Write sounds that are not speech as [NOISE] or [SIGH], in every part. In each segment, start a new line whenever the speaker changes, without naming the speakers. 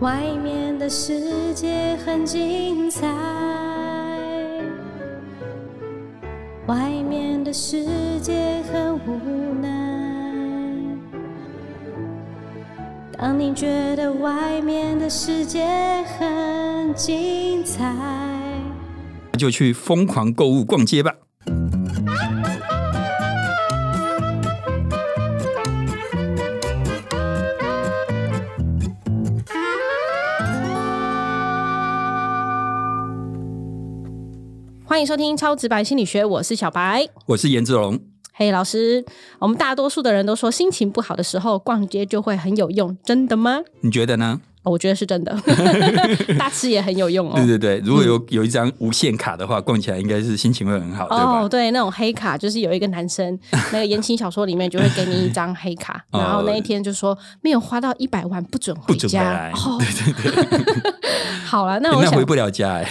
外面的世界很精彩，外面的世界很无奈。当你觉得外面的世界很精彩，
那就去疯狂购物逛街吧。
欢迎收听《超直白心理学》，我是小白。
我是颜志龙，
嘿、老师，我们大多数的人都说心情不好的时候逛街就会很有用，真的吗？
你觉得呢？
哦我觉得是真的，
[LAUGHS]
大吃也很有用哦。
对对对，如果有有一张无限卡的话，逛起来应该是心情会很好，对吧？
哦，对，那种黑卡就是有一个男生，那个言情小说里面就会给你一张黑卡，
[LAUGHS] 哦
然后那一天就说没有花到一百万不准
不
回
准回
家
来。，
哦，
对对 [LAUGHS] 对，
好了，那我
那
想
回不了家哎，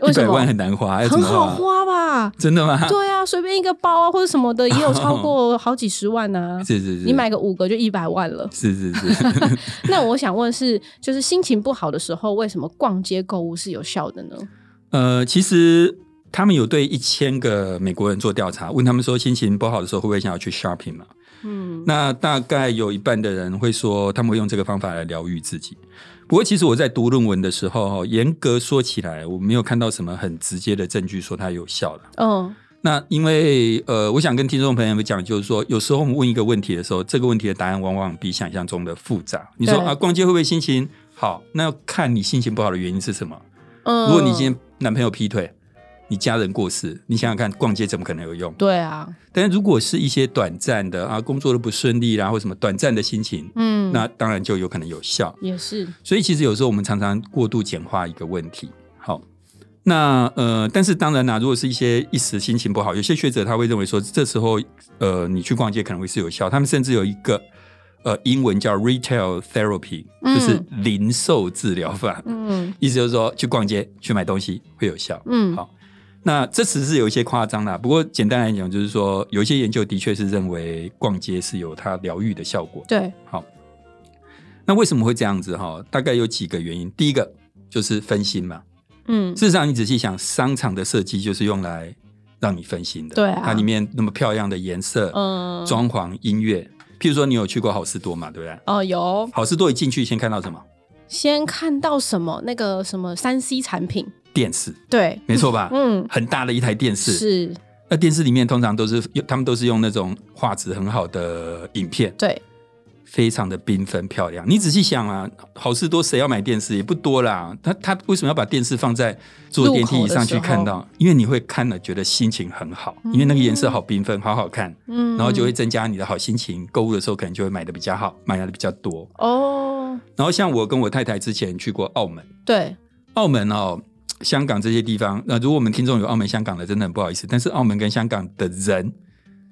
为
一
什
百万
么
很难花，要怎
很
么
好
花？
花吧？
真的吗？
对啊，随便一个包啊或者什么的，也有超过好几十万呢、啊。
[LAUGHS] 是是是，
你买个五个就一百万了。
是是是， [LAUGHS]
[LAUGHS] 那我想问是，就是心情不好的时候，为什么逛街购物是有效的呢？
呃，其实他们有对一千个美国人做调查，问他们说心情不好的时候会不会想要去 shopping 嘛？
嗯，
那大概有一半的人会说他们会用这个方法来疗愈自己。不过，其实我在读论文的时候，哦严格说起来，我没有看到什么很直接的证据说它有效了。
哦，
那因为呃，我想跟听众朋友们讲，就是说，有时候我们问一个问题的时候，这个问题的答案往往比想象中的复杂。你说
对
啊，逛街会不会心情好？那要看你心情不好的原因是什么。
嗯，
如果你今天男朋友劈腿，你家人过世，你想想看，逛街怎么可能有用？
对啊，
但如果是一些短暂的啊，工作的不顺利啦，或什么短暂的心情，
嗯，
那当然就有可能有效。
也是，
所以其实有时候我们常常过度简化一个问题。好，那呃，但是当然啦、如果是一些一时心情不好，有些学者他会认为说，这时候呃，你去逛街可能会是有效。他们甚至有一个呃，英文叫 retail therapy，
嗯
就是零售治疗法，
嗯
意思就是说去逛街去买东西会有效。
嗯，
好那这词是有一些夸张啦，不过简单来讲，就是说有一些研究的确是认为逛街是有它疗愈的效果。
对，
好，那为什么会这样子哈？大概有几个原因。第一个就是分心嘛。
嗯
事实上，你仔细想，商场的设计就是用来让你分心的。
对啊
它里面那么漂亮的颜色、
嗯，
装潢、音乐。譬如说，你有去过好事多嘛？对不对？
哦有，
好事多一进去，先看到什么？
先看到什么那个什么三 C 产品，
电视，
对，
没错吧？
嗯，
很大的一台电视。
是，
那电视里面通常都是，他们都是用那种画质很好的影片，
对，
非常的缤纷漂亮。你仔细想啊，好事多谁要买电视也不多啦。他他为什么要把电视放在坐电梯上去看
入
到？因为你会看了觉得心情很好，因为那个颜色好缤纷，好好看，
嗯，
然后就会增加你的好心情。购物的时候可能就会买的比较好，买的比较多。
哦，
然后像我跟我太太之前去过澳门，
对，
澳门哦。香港这些地方，那、如果我们听众有澳门、香港的，真的很不好意思。但是澳门跟香港的人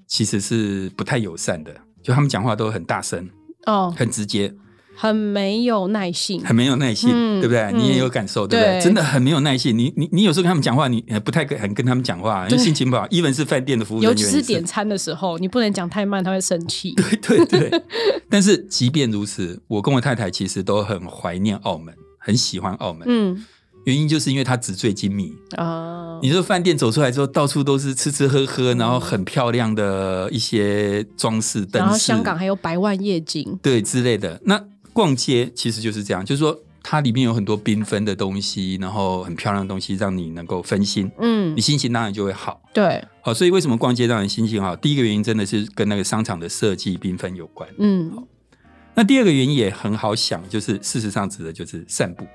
其实是不太友善的，就他们讲话都很大声、
哦，
很直接，
很没有耐性，
很没有耐心，
嗯
对不对？
嗯
你也有感受，对不对？
对
真的很没有耐心。你你你有时候跟他们讲话，你呃不太敢跟他们讲话，因为
对
心情不好。even 是饭店的服务人
尤
员
其
也，
是点餐的时候，你不能讲太慢，他会生气。
[LAUGHS] 对对对。但是即便如此，我跟我太太其实都很怀念澳门，很喜欢澳门。
嗯
原因就是因为它纸醉金迷。
啊，
你说饭店走出来之后，到处都是吃吃喝喝，然后很漂亮的一些装饰灯饰，
然后香港还有百万夜景，
对之类的。那逛街其实就是这样，就是说它里面有很多缤纷的东西，然后很漂亮的东西，让你能够分心，
嗯
你，心情当然就会好。
对，
好，所以为什么逛街让人心情好？第一个原因真的是跟那个商场的设计缤纷有关。
嗯，
那第二个原因也很好想，就是事实上指的就是散步。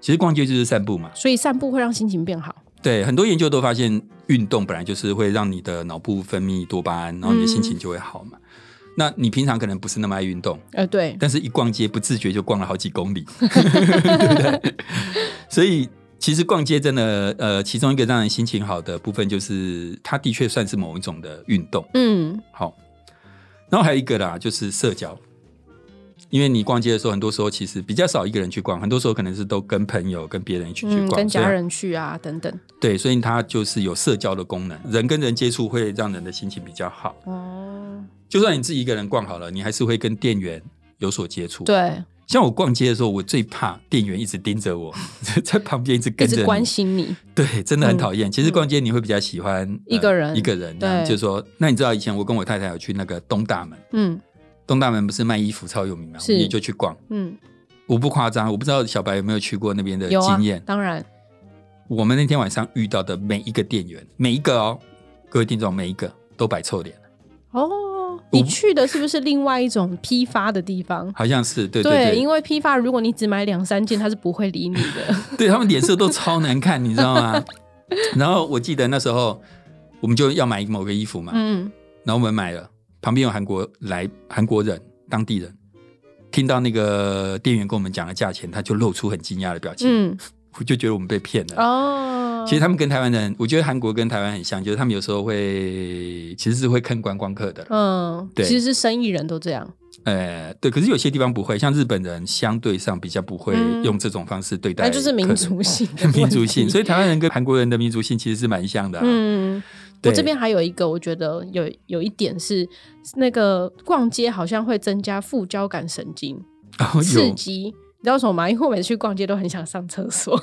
其实逛街就是散步嘛。
所以散步会让心情变好。
对，很多研究都发现，运动本来就是会让你的脑部分泌多巴胺，然后你的心情就会好嘛。那你平常可能不是那么爱运动，
呃，对，
但是一逛街不自觉就逛了好几公
[LAUGHS]
里，对不对？所以其实逛街真的，呃，其中一个让人心情好的部分就是，它的确算是某一种的运动。
嗯，
好，然后还有一个啦，就是社交。因为你逛街的时候，很多时候其实比较少一个人去逛，很多时候可能是都跟朋友、跟别人一起去
嗯，
逛，
跟
所以
家人去啊，等等。
对，所以它就是有社交的功能，人跟人接触会让人的心情比较好。
哦，
就算你自己一个人逛好了，你还是会跟店员有所接触。
对，
像我逛街的时候，我最怕店员一直盯着我， [LAUGHS] 在旁边一直
一
跟着
直
你
关心你，
对，真的很
嗯
讨厌。其实逛街你会比较喜欢、呃
一个人
一个人这样，
对
就是说，那你知道以前我跟我太太有去那个东大门，
嗯
东大门不是卖衣服超有名嘛，我
是
们也就去逛。
嗯，
我不夸张，我不知道小白有没有去过那边的
有啊
经验。，
当然
我们那天晚上遇到的每一个店员，每一个哦，各位听众，每一个都摆臭脸，
哦，你去的是不是另外一种批发的地方？
好像是对
对，
对
因为批发，如果你只买两三件，他是不会理你的。
[LAUGHS] 对，对他们脸色都超难看，你知道吗？ [LAUGHS] 然后我记得那时候我们就要买某个衣服嘛，
嗯，
然后我们买了，旁边有韩国来韩国人当地人，听到那个店员跟我们讲的价钱，他就露出很惊讶的表情，
嗯
我就觉得我们被骗了。
哦，
嗯其实他们跟台湾人，我觉得韩国跟台湾很像，就是他们有时候会其实是会坑观光客的啦，
嗯，
对
其实生意人都这样，
呃，对。可是有些地方不会，像日本人相对上比较不会
嗯
用这种方式对待
那
客人，
就是
[LAUGHS]
民族性的
民族性。所
以
以台湾人跟韩国人的民族性其实是蛮像的、啊。
嗯，我
对
这边还有一个，我觉得有有一点是那个逛街好像会增加副交感神经
然后
刺
哦有
激。你知道为什么吗？因为我每次去逛街都很想上厕所。 [LAUGHS]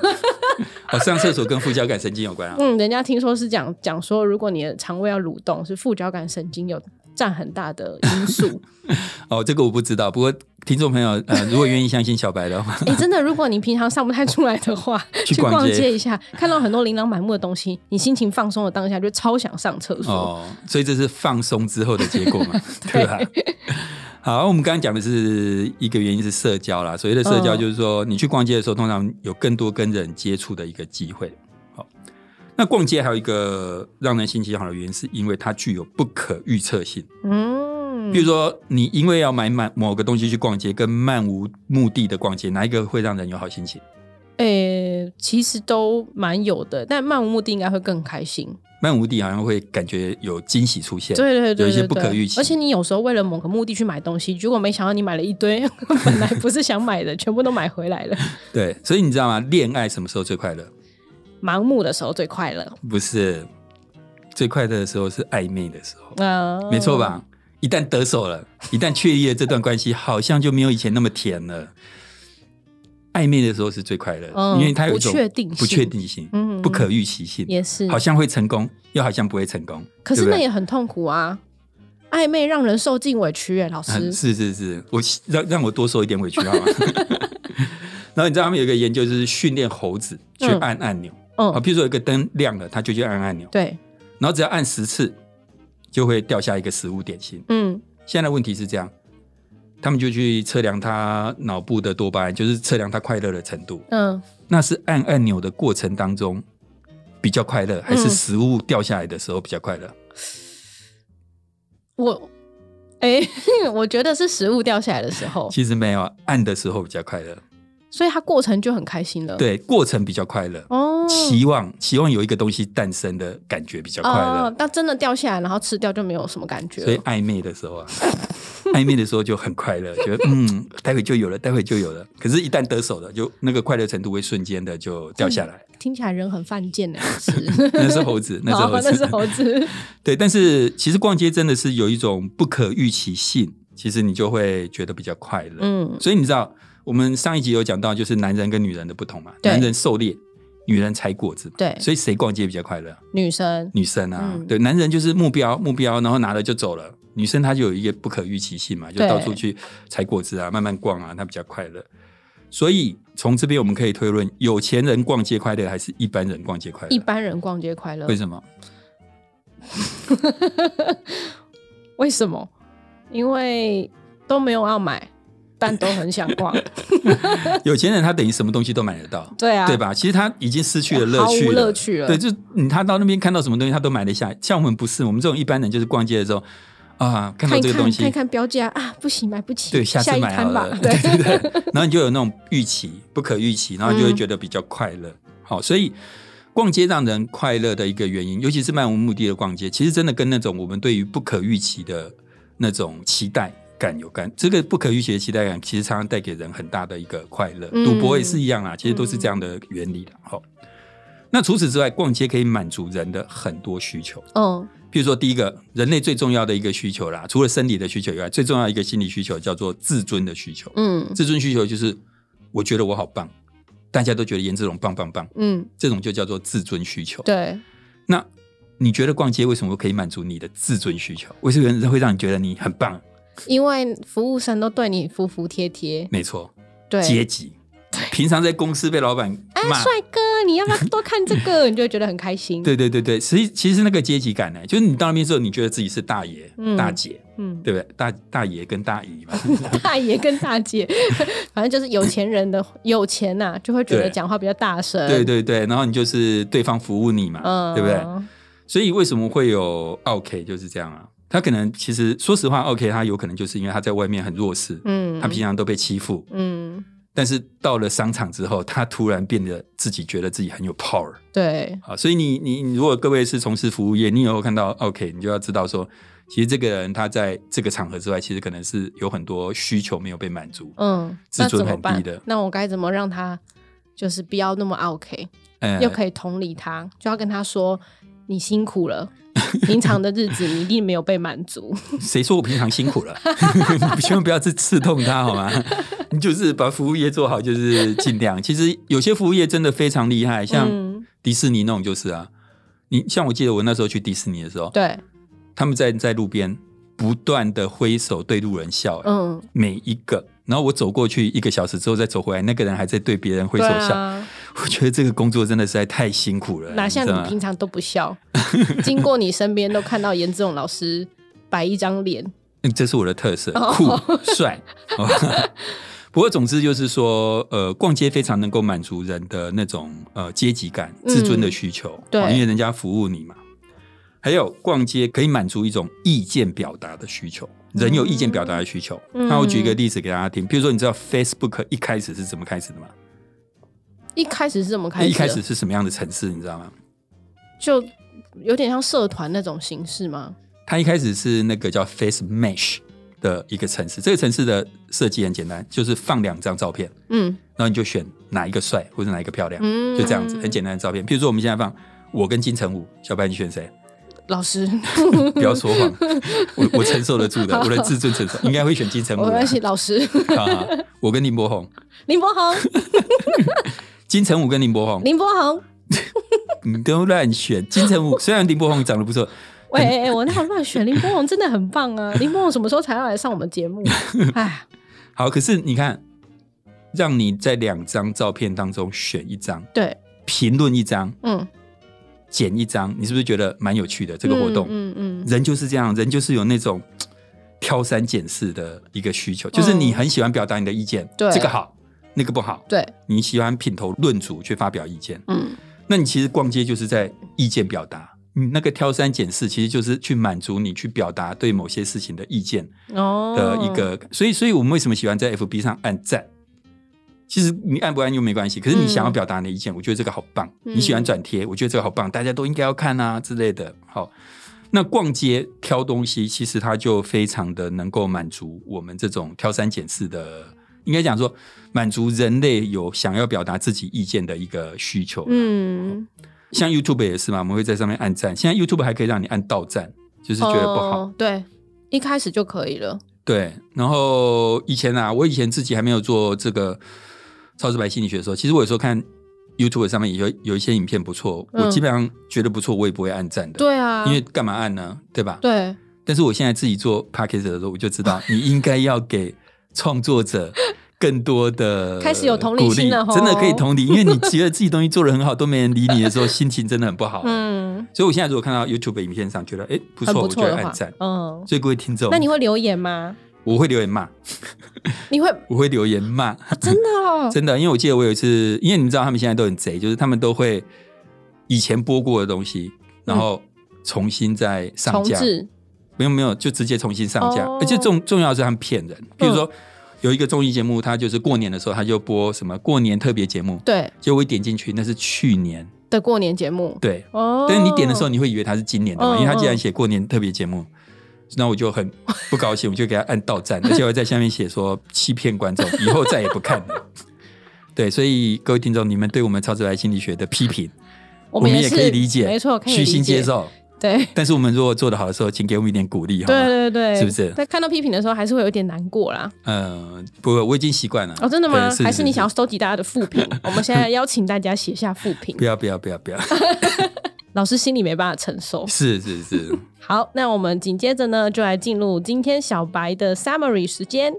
哦，上厕所跟副交感神经有关啊。
嗯，人家听说是讲讲说，如果你的肠胃要蠕动，是副交感神经有占很大的因素。
哦，这个我不知道。不过听众朋友，呃，如果愿意相信小白的话，
[LAUGHS] 哎、真的，如果你平常上不太出来的话，
[LAUGHS] 去
去
逛
逛
街
街一下，看到很多琳琅满目的东西，你心情放松的当下就超想上厕所。
哦，所以这是放松之后的结果
[LAUGHS]
嘛，对
对
吧？好，我们刚刚讲的是一个原因是社交啦，所谓的社交
嗯
就是说，你去逛街的时候，通常有更多跟人接触的一个机会。好，那逛街还有一个让人心情好的原因，是因为它具有不可预测性。
嗯，
比如说，你因为要买满某个东西去逛街，跟漫无目的的逛街，哪一个会让人有好心情？
诶、其实都蛮有的，但漫无目的应该会更开心。
漫无目的好像会感觉有惊喜出现。
对对对对，
有一些
对
不可预期
而且你有时候为了某个目的去买东西，结果没想到你买了一堆 [LAUGHS] 本来不是想买的，全部都买回
[LAUGHS]
来了。
对，所以你知道吗？恋爱什么时候最快乐？
盲目的时候最快乐。
不是最快乐的时候是暧昧的时候，
嗯、
没错？吧？一旦得手了，一旦确立了这段关系，好像就没有以前那么甜了。暧昧的时候是最快乐的，
嗯
因为它有一种
不确定性
不确定性、
嗯
不可预期性，
也是
好。像会成功，又好像不会成功。
可是
对不
那
对
也很痛苦啊，暧昧让人受尽委屈、哎，老师
嗯。是是是，我让让我多受一点委屈
[LAUGHS]
好吗？然后你知道他们有一个研究，就是训练猴子去
嗯
按按钮啊，
嗯，
譬如说有一个灯亮了，它就去按按钮，
对，
然后只要按十次，就会掉下一个食物点心。
嗯
现在的问题是这样，他们就去测量他脑部的多巴胺，就是测量他快乐的程度。
嗯，
那是按按钮的过程当中比较快乐，还是
嗯哦
食物掉下来的时候比较快乐？
我， [LAUGHS] 哎、我觉得是食物掉下来的时候，
其实没有，按的时候比较快乐，
所以它过程就很开心了。，
对，过程比较快乐。
哦，
期望期望有一个东西诞生的感觉比较快乐，
哦，但真的掉下来，然后吃掉就没有什么感觉
所以
了。
暧昧的时候啊， [LAUGHS] 暧昧的时候就很快乐，觉得嗯，待会就有了，待会就有了。可是，一旦得手了，就那个快乐程度会瞬间的就掉下来。
听起来人很犯贱呢，老师
[LAUGHS] 那是猴
[LAUGHS]
子，那是
哦
猴
那是
子，
猴子。
[LAUGHS] 对。但是其实逛街真的是有一种不可预期性，其实你就会觉得比较快乐。
嗯，
所以你知道，我们上一集有讲到，就是男人跟女人的不同嘛，
对
男人狩猎，女人采果子嘛。
对
所以谁逛街比较快乐？
女生，
女生啊，
嗯
对，男人就是目标目标，然后拿了就走了。女生她就有一个不可预期性嘛，就
对
到处去采果子啊，慢慢逛啊，她比较快乐。所以从这边我们可以推论，有钱人逛街快乐还是一般人逛街快乐？
一般人逛街快乐
为，什么？
[LAUGHS] 为什么？因为都没有要买，但都很想
[LAUGHS]
逛。
有钱人他等于什么东西都买得到，
对啊，
对？吧？其实他已经失去了乐
毫
趣
无
了，
乐趣了。啊
对，就你他到那边看到什么东西他都买得下。像我们不是，我们这种一般人就是逛街的时候啊，看
看
到
一
这
看
个东西，
看一看标价啊，不行，买不起，
对，下次
一
买好
摊吧
[LAUGHS] 了，。
对，
对对对，然后你就有那种预期，不可预期，然后你就会
嗯
觉得比较快乐。好，所以逛街让人快乐的一个原因，尤其是漫无目的的逛街，其实真的跟那种我们对于不可预期的那种期待感有关。这个不可预期的期待感，其实常常带给人很大的一个快乐。
嗯
赌博也是一样啦，其实都是这样的原理啦。好，那除此之外，逛街可以满足人的很多需求。
嗯，
譬如说，第一个，人类最重要的一个需求啦，除了生理的需求以外，最重要一个心理需求叫做自尊的需求。
嗯
自尊需求就是我觉得我好棒，大家都觉得颜志龙棒棒棒，
嗯，
这种就叫做自尊需求。
对，
那你觉得逛街为什么可以满足你的自尊需求？为什么会让你觉得你很棒？
因为服务生都对你服服帖帖，
没错，
对，
阶级。平常在公司被老板
啊，
骂，
帅哥，你要不要多看这
[LAUGHS]
个？你就会觉得很开心。，
对对对对，其实其实那个阶级感呢，啊就是你到那边之后，你觉得自己是大爷、
嗯
大姐，
嗯，
对不对？大大爷跟大姨嘛，
[LAUGHS] 大爷跟大姐，反正就是有钱人的有钱呐、就会觉得
对
讲话比较大声。
对，对对，然后你就是对方服务你嘛，
嗯，
对不对？？所以为什么会有 OK 就是这样啊？他可能其实说实话，OK 他有可能就是因为他在外面很弱势，
嗯，
他平常都被欺负，
嗯，
但是到了商场之后，他突然变得自己觉得自己很有 power
对，
啊。所以你你你如果各位是从事服务业，你有看到 OK，你就要知道说，其实这个人他在这个场合之外，其实可能是有很多需求没有被满足。
嗯，
自
那
尊
怎么
很低
办
的
那我该怎么让他就是不要那么 OK，、
嗯
又可以同理他，就要跟他说你辛苦了，平常的日子你一定没有被满足。
谁说我平常辛苦了？ [LAUGHS] 你千万不要去刺痛他好吗？你就是把服务业做好，就是尽量。其实有些服务业真的非常厉害，像
嗯、
迪士尼那种就是啊。你像我记得我那时候去迪士尼的时候，
对，
他们在在路边不断的挥手对路人笑、欸
嗯，
每一个。然后我走过去一个小时之后再走回来，那个人还在对别人挥手
对
笑。
啊，
我觉得这个工作真的实在太辛苦了，
哪像
知道
你
吗
平常都不笑，经过你身边都看到严志勇老师摆一张脸，
嗯，这是我的特色，
哦
酷帅。好吧 [LAUGHS] 不过，总之就是说，呃，逛街非常能够满足人的那种呃阶级感、
嗯
自尊的需求，
对
因为人家服务你嘛。还有，逛街可以满足一种意见表达的需求，人有意见表达的需求。
嗯
那我举一个例子给大家听，比如说，你知道 Facebook 一开始是怎么开始的吗？
一开始是怎么开始的？
一开始是什么样的城市，你知道吗？
就有点像社团那种形式吗？
它一开始是那个叫 Face Mesh 的一个城市，这个城市的设计很简单，就是放两张照片。
嗯
然后你就选哪一个帅或者哪一个漂亮，
嗯，
就这样子，很简单的照片。譬如说我们现在放我跟金城武，小白你选谁？
老师，
不要说
[LAUGHS]
谎，我我承受得住的，我的自尊承受，应该会选金城武
我
啦。
要写老师 [LAUGHS]
好好我跟林柏宏，
林柏宏，
金城武跟林柏宏，
林柏宏，
你都乱选。金城武虽然林柏宏长得不错， [LAUGHS]
喂，哎我那会乱选，林柏宏真的很棒啊！林柏宏什么时候才要来上我们
[LAUGHS]
节目？哎，
好，可是你看，让你在两张照片当中选一张，
对，
评论一张，
嗯，
剪一张，你是不是觉得蛮有趣的这个活动？
嗯嗯嗯
人就是这样，人就是有那种嘖挑三拣四的一个需求，就是你很喜欢表达你的意见，
嗯对
这个好，那个不好，
对，
你喜欢品头论足去发表意见，
嗯，
那你其实逛街就是在意见表达，你那个挑三拣四其实就是去满足你去表达对某些事情的意见
哦
的一，个，所以，所以我们为什么喜欢在 FB 上按赞？其实你按不按又没关系，可是你想要表达你的意见，我觉得这个好棒。
嗯
你喜欢转贴，我觉得这个好棒，大家都应该要看啊之类的。好，那逛街挑东西，其实它就非常的能够满足我们这种挑三拣四的，应该讲说满足人类有想要表达自己意见的一个需求。
嗯，
像 YouTube 也是嘛，我们会在上面按赞。现在 YouTube 还可以让你按倒赞，就是觉得不好。
哦，对，一开始就可以了，
对，然后以前啊，我以前自己还没有做这个超直白心理学的时候，其实我有时候看 YouTube 上面有有一些影片不错，
嗯
我基本上觉得不错，我也不会按赞的。、
对啊，
因为干嘛按呢？对吧？。
对，
但是我现在自己做 p a c k a g e 的时候，我就知道你应该要给创作者更多的
[LAUGHS] 开始有同理
鼓
心了吼
真的可以同理，因为你觉得自己东西做的很好，都没人理你
[LAUGHS]
的时候，心情真的很不好。
嗯，
所以我现在如果看到 YouTube 影片上觉得哎不错，
很不
我就
错
会
的
按
话
赞，。
嗯，
所以各位听众，
那你会留言吗？
我会留言骂。
你会
我会留言骂，
真的
[LAUGHS]
哦，
真的，因为我记得我有一次，因为你知道他们现在都很贼，就是他们都会以前播过的东西，然后重新再上
嗯重
架，
置，
没有没有，就直接重新上架，
哦嗯
而且重重要的是他们骗人，比如说。有一个综艺节目，它就是过年的时候，它就播什么过年特别节目，
对
结果我一点进去，那是去年，
的过年节目，
对，
哦，
但是你点的时候，你会以为它是今年的嘛？
嗯
因为它既然
嗯
写过年特别节目，那我就很不高兴，我就给他按到
[LAUGHS]
赞，而且我在下面写说欺骗观众，以后再也不看
[LAUGHS]
了。对，所以各位听众，你们对我们超直白心理学的批评，
我
们
也
也可以
是
理解，
没错，可以
虚心
理解
接。受。
对
但是我们如果做得好的时候，请给我们一点鼓励，好吗？
对对对，
是不是
在看到批评的时候，还是会有一点难过啦。
呃，不会，我已经习惯了。
哦，真的吗
对？
还是你想要收集大家的负评？我们现在邀请大家写下负评
[LAUGHS] 不，要不要不要不要，
老师心里没办法承受。
是是是，
好，那我们紧接着呢，就来进入今天小白的 summary 时间。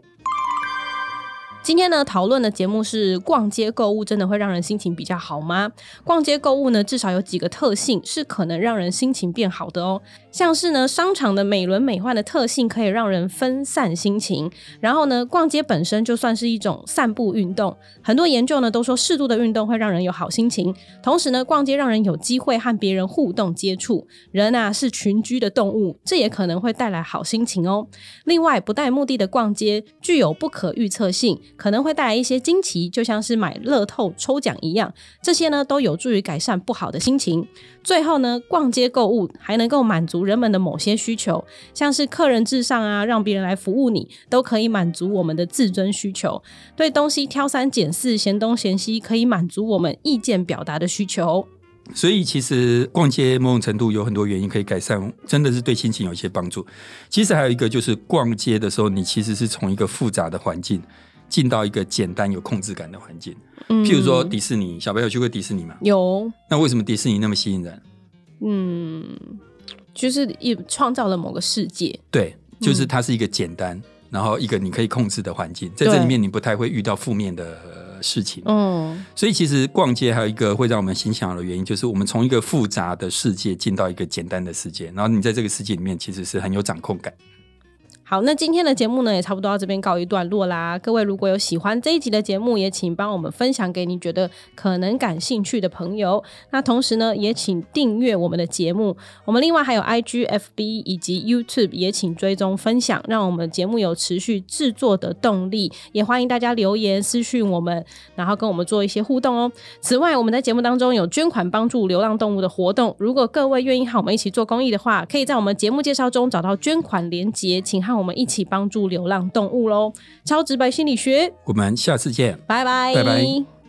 今天呢，讨论的节目是逛街购物真的会让人心情比较好吗？逛街购物呢，至少有几个特性是可能让人心情变好的哦，像是呢，商场的美轮美奂的特性可以让人分散心情，然后呢，逛街本身就算是一种散步运动，很多研究呢都说适度的运动会让人有好心情，同时呢，逛街让人有机会和别人互动接触，人啊是群居的动物，这也可能会带来好心情哦。另外，不带目的的逛街具有不可预测性，可能会带来一些惊奇，就像是买乐透抽奖一样。这些呢都有助于改善不好的心情。最后呢，逛街购物还能够满足人们的某些需求，像是客人至上啊，让别人来服务你，都可以满足我们的自尊需求。对东西挑三拣四、嫌东嫌西，可以满足我们意见表达的需求。
所以其实逛街某种程度有很多原因可以改善，真的是对心情有一些帮助。其实还有一个就是逛街的时候，你其实是从一个复杂的环境进到一个简单有控制感的环境。
嗯
譬如说迪士尼，小朋友去过迪士尼嘛？
有，
那为什么迪士尼那么吸引人？
嗯，就是也创造了某个世界。
对，就是它是一个简单，然后一个你可以控制的环境，在这
对
里面你不太会遇到负面的呃事情。
嗯，
所以其实逛街还有一个会让我们心想的原因，就是我们从一个复杂的世界进到一个简单的世界，然后你在这个世界里面其实是很有掌控感。
好，那今天的节目呢，也差不多到这边告一段落啦。各位如果有喜欢这一集的节目，也请帮我们分享给你觉得可能感兴趣的朋友。那同时呢，也请订阅我们的节目。我们另外还有 IG、FB 以及 YouTube，也请追踪分享，让我们节目有持续制作的动力。也欢迎大家留言私讯我们，然后跟我们做一些互动哦。此外，我们在节目当中有捐款帮助流浪动物的活动，如果各位愿意和我们一起做公益的话，可以在我们节目介绍中找到捐款连结，请和我们一起帮助流浪动物喽。超直白心理学，
我们下次见。
拜拜，
拜拜。